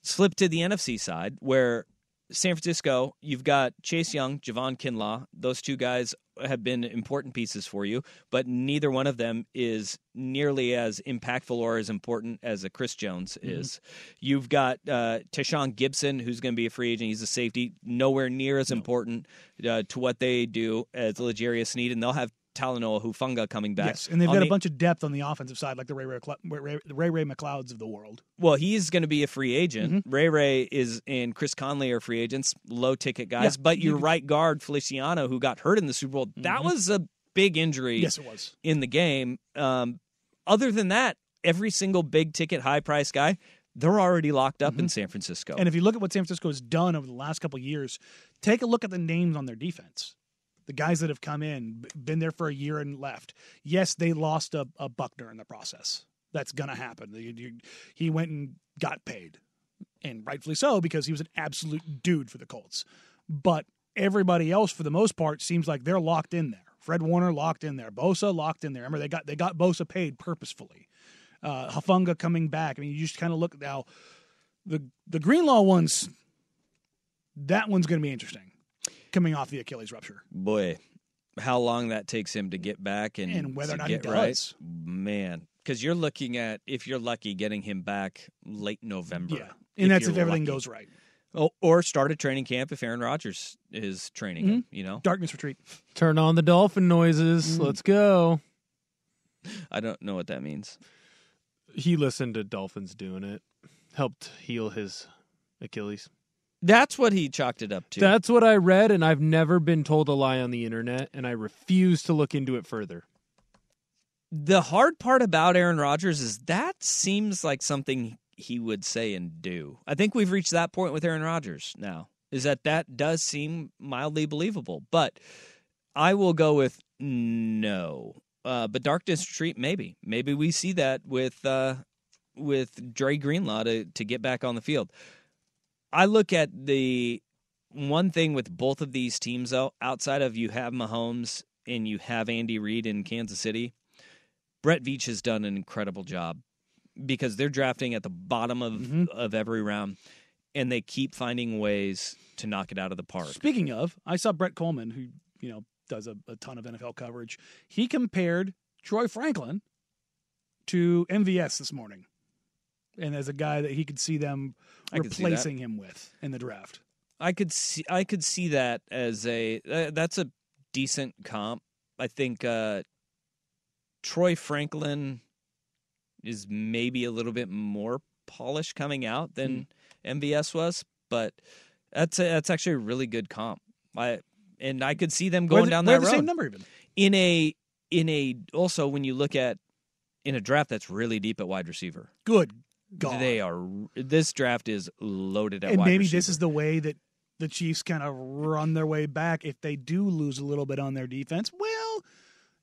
S6: Slip to the NFC side where San Francisco, you've got Chase Young, Javon Kinlaw. Those two guys have been important pieces for you, but neither one of them is nearly as impactful or as important as a Chris Jones
S13: Mhm.
S6: is. You've got uh, Tashawn Gibson, who's going to be a free agent. He's a safety, nowhere near as important uh, to what they do as Legarius Sneed, and they'll have Talanoa Hufunga coming back.
S3: Yes, and they've
S6: On
S3: got
S6: the-
S3: a bunch of depth on the offensive side, like the Ray Ray, Cla- Ray, Ray, Ray, Ray McLeods of the world. Mm-hmm.
S6: Well, he's going to be a free agent. Ray Ray is and Chris Conley are free agents, low ticket guys.
S3: Yeah,
S6: but
S3: you
S6: your
S3: could-
S6: right guard Feliciano, who got hurt in the Super Bowl, that was a big injury.
S3: Mm-hmm. Yes, it was.
S6: in the game. Um, other than that, every single big ticket, high price guy, they're already locked up in San Francisco.
S3: Mm-hmm. And if you look at what San Francisco has done over the last couple of years, take a look at the names on their defense. The guys that have come in, b- been there for a year and left. Yes, they lost a, a Buckner in the process. That's going to happen. You- you- He went and got paid, and rightfully so, because he was an absolute dude for the Colts. But everybody else, for the most part, seems like they're locked in there. Fred Warner locked in there. Bosa locked in there. Remember, they got they got Bosa paid purposefully. Uh, Hafunga coming back. I mean, you just kind of look at how the the Greenlaw ones, that one's going to be interesting, coming off the Achilles rupture.
S6: Boy, how long that takes him to get back and,
S3: And whether
S6: to
S3: or not he
S6: get right,
S3: does.
S6: man. Because you're looking at if you're lucky, getting him back late November.
S3: Yeah, and that's if
S6: you're
S3: everything
S6: lucky.
S3: goes right.
S6: Oh, or start a training camp if Aaron Rodgers is training him. You know,
S3: Darkness retreat.
S2: Turn on the dolphin noises.
S6: Mm.
S2: Let's go.
S6: I don't know what that means.
S14: He listened to Dolphins doing it, helped heal his Achilles.
S6: That's what he chalked it up to.
S2: That's what I read, and I've never been told a lie on the internet, and I refuse to look into it further.
S6: the hard part about Aaron Rodgers is that seems like something he would say and do. I think we've reached that point with Aaron Rodgers now. Is that that does seem mildly believable, but I will go with no. Uh, but darkness retreat, maybe, maybe we see that with uh, with Dre Greenlaw to to get back on the field. I look at the one thing with both of these teams though, outside of you have Mahomes and you have Andy Reid in Kansas City, Brett Veach has done an incredible job because they're drafting at the bottom of
S3: Mm-hmm.
S6: of every round, and they keep finding ways to knock it out of the park.
S3: Speaking of, I saw Brett Coleman, who you know does a, a ton of NFL coverage. He compared Troy Franklin to MVS this morning, and as a guy that he could see them
S6: I could see that.
S3: replacing him with in the draft.
S6: I could see I could see that as a uh, that's a decent comp. I think uh, Troy Franklin is maybe a little bit more polished coming out than MVS was, but that's a, that's actually a really good comp. I and I could see them
S3: We're
S6: going
S3: Hmm. the-
S6: down
S3: we're
S6: that
S3: the
S6: road.
S3: same number even.
S6: in a in a also when you look at in a draft that's really deep at wide receiver.
S3: Good God.
S6: They are this draft is loaded at
S3: and
S6: wide
S3: maybe
S6: receiver.
S3: this is the way that the Chiefs kind of run their way back if they do lose a little bit on their defense. Well,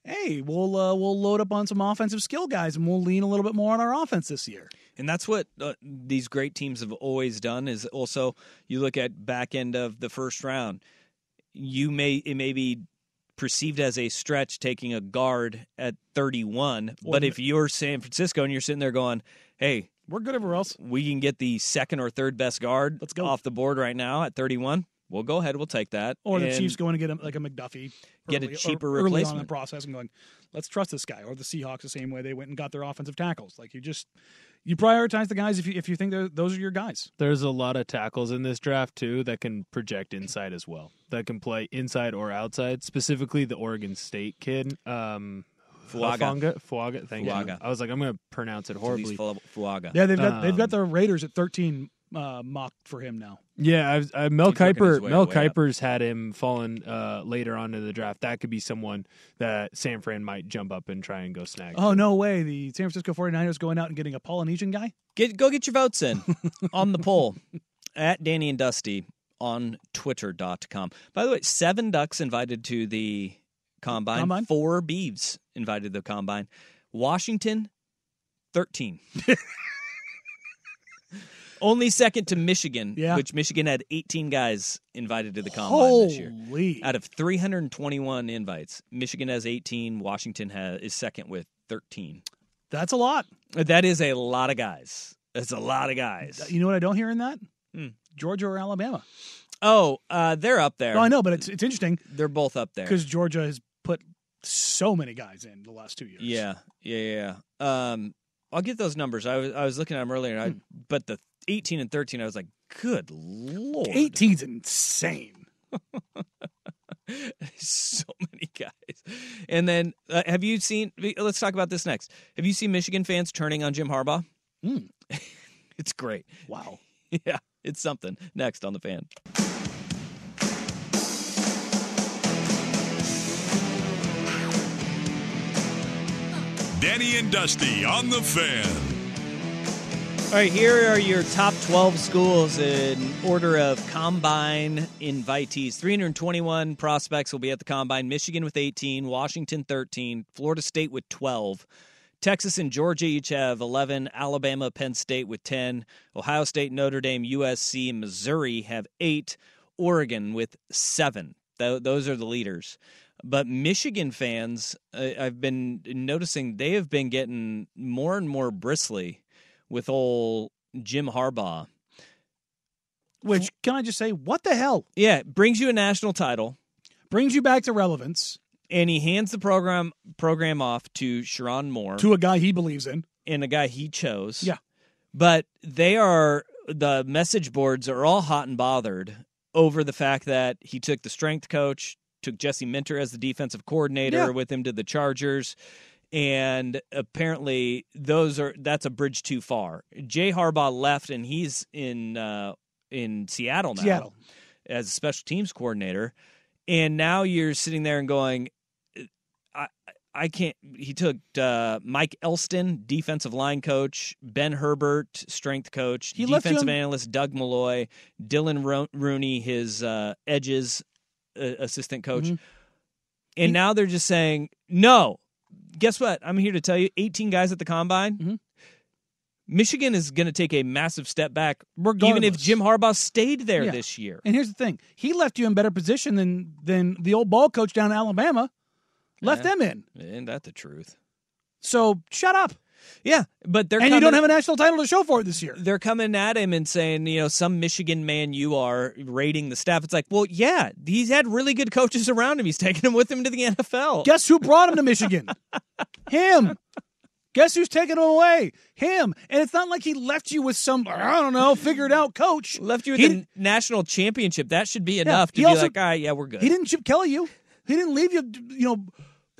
S3: hey, we'll uh, we'll load up on some offensive skill guys and we'll lean a little bit more on our offense this year.
S6: And that's what uh, these great teams have always done is also you look at back end of the first round. You may it may be perceived as a stretch taking a guard at 31.
S3: Or-
S6: but if you're San Francisco and you're sitting there going, hey,
S3: we're good everywhere else.
S6: We can get the second or third best guard Let's go. off the board right now at 31. We'll go ahead. We'll take that.
S3: Or the
S6: And-
S3: Chiefs going to get a, like a McDuffey,
S6: Get a
S3: early- or
S6: cheaper
S3: early on in the
S6: replacement.
S3: process, and going, let's trust this guy. Or the Seahawks the same way they went and got their offensive tackles. Like you just you prioritize the guys if you if you think they're- those are your guys.
S2: There's a lot of tackles in this draft too that can project inside as well. That can play inside or outside. Specifically, the Oregon State kid, um,
S6: Fuaga.
S2: Hufanga- Fuaga. Thank you.
S6: Fuaga.
S2: I was like, I'm going to pronounce it horribly.
S6: Fuaga.
S3: Yeah, they've got they've
S2: Um,
S3: got the Raiders at thirteen uh, mocked for him now.
S2: Yeah, I've, I, Mel
S3: He's working his
S2: Kiper.
S3: way-
S2: Mel
S3: way up.
S2: Kiper's had him fallen uh, later on in the draft. That could be someone that San Fran might jump up and try and go snag.
S3: Oh no way! The San Francisco 49ers going out and getting a Polynesian guy.
S6: Get go get your votes in on the poll at Danny and Dusty on twitter.com. By the way, seven ducks invited to the combine,
S3: Combine?
S6: four beeves invited to the combine. Washington, 13. Only second to Michigan,
S3: Yeah.
S6: which Michigan had 18 guys invited to the combine this year.
S3: Holy.
S6: Out of 321 invites, Michigan has 18, Washington has, is second with 13.
S3: That's a lot.
S6: That is a lot of guys. That's a lot of guys.
S3: You know what I don't hear in that?
S6: Hmm.
S3: Georgia or Alabama?
S6: Oh, uh, they're up there.
S3: No, I know, but it's it's interesting
S6: They're both up there.
S3: because Georgia has put so many guys in the last two years.
S6: Yeah, yeah, yeah. yeah. Um, I'll get those numbers. I was I was looking at them earlier, and I, but the 18 and 13, I was like, good lord,
S3: 18's insane.
S6: so many guys. And then, uh, have you seen? Let's talk about this next. Have you seen Michigan fans turning on Jim Harbaugh?
S3: Mm.
S6: it's great.
S3: Wow.
S6: Yeah, it's something. Next on the fan.
S1: Danny and Dusty on the fan.
S6: All right, here are your top 12 schools in order of combine invitees. 321 prospects will be at the combine. Michigan with 18, Washington 13, Florida State with 12. Texas and Georgia each have 11, Alabama, Penn State with 10, Ohio State, Notre Dame, USC, and Missouri have 8, Oregon with 7. Tho- those are the leaders. But Michigan fans, uh, I've been noticing they have been getting more and more bristly with old Jim Harbaugh.
S3: Which can I just say, what the hell?
S6: Yeah, brings you a national title,
S3: brings you back to relevance,
S6: and he hands the program program off to Sharon Moore
S3: To a guy he believes in.
S6: and a guy he chose.
S3: Yeah.
S6: but they are the message boards are all hot and bothered over the fact that he took the strength coach, took Jesse Minter as the defensive coordinator
S15: Yeah.
S6: with him to the Chargers. And apparently, those are that's a bridge too far. Jay Harbaugh left, and he's in uh, in Seattle now
S3: Seattle.
S6: as a special teams coordinator. And now you're sitting there and going, I I can't. He took uh, Mike Elston, defensive line coach, Ben Herbert, strength coach,
S3: He left you
S6: defensive
S3: on-
S6: analyst Doug Malloy, Dylan Ro- Rooney, his uh, edges uh, assistant coach,
S3: Mm-hmm.
S6: and now they're just saying no. Guess what? I'm here to tell you, 18 guys at the combine.
S3: Mm-hmm.
S6: Michigan is going to take a massive step back, even if
S3: Regardless.
S6: Jim Harbaugh stayed there
S3: Yeah.
S6: this year.
S3: And here's the thing: he left you in better position than than the old ball coach down in Alabama left
S6: Yeah.
S3: them in.
S6: Ain't that the truth?
S3: So shut up.
S6: Yeah, but they're
S3: and you don't
S6: coming-
S3: have a national title to show for it this year.
S6: They're coming at him and saying, you know, some Michigan man you are rating the staff. It's like, well, yeah, he's had really good coaches around him. He's taking them with him to the NFL.
S3: Guess who brought him to Michigan? Him. Guess who's taking him away? Him. And it's not like he left you with some I don't know, figured out coach.
S6: Left you with
S3: he,
S6: the national championship. That should be enough to
S3: he
S6: be
S3: also-
S6: like, all right, yeah, we're good.
S3: He didn't Chip Kelly you. He didn't leave you. You know,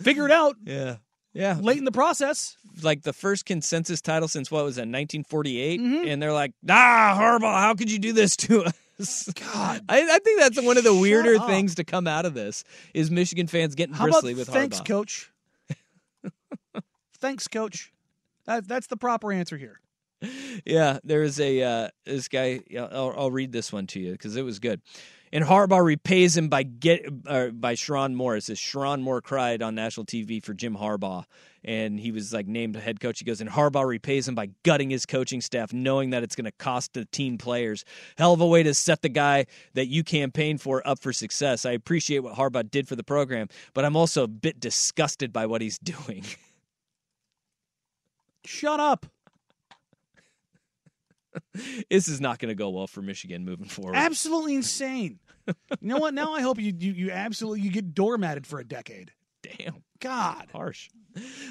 S3: figured out.
S6: Yeah. Yeah.
S3: Late in the process.
S6: Like the first consensus title since what was that, 1948?
S3: Mm-hmm.
S6: And they're like, ah, Harbaugh, how could you do this to us? God. I, I think that's one of the weirder
S3: up.
S6: things to come out of this is Michigan fans getting
S3: How about
S6: bristly with
S3: thanks,
S6: Harbaugh.
S3: coach? thanks, coach. That, that's the proper answer here.
S6: yeah, there is a uh, this guy. yeah, I'll, I'll read this one to you because it was good.
S3: and Harbaugh repays him by get uh, by Sharon Morris. As Sharon Moore cried on national TV for Jim Harbaugh, and he was like named head coach. He goes, and Harbaugh repays him by gutting his coaching staff, knowing that it's going to cost the team players. Hell of a way to set the guy that you campaigned for up for success. I appreciate what Harbaugh did for the program, but I'm also a bit disgusted by what he's doing.
S16: Shut up.
S3: this is not going to go well for Michigan moving forward.
S16: Absolutely insane. you know what? Now I hope you you, you absolutely you get doormatted for a decade.
S3: Damn.
S16: God.
S3: Harsh.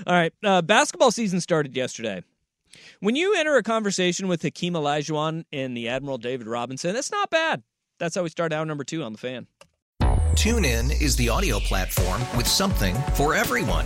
S3: All right. Uh, basketball season started yesterday. When you enter a conversation with Hakeem Olajuwon and the Admiral David Robinson, that's not bad. That's how we start hour number two on the fan.
S6: TuneIn is the audio platform with something for everyone.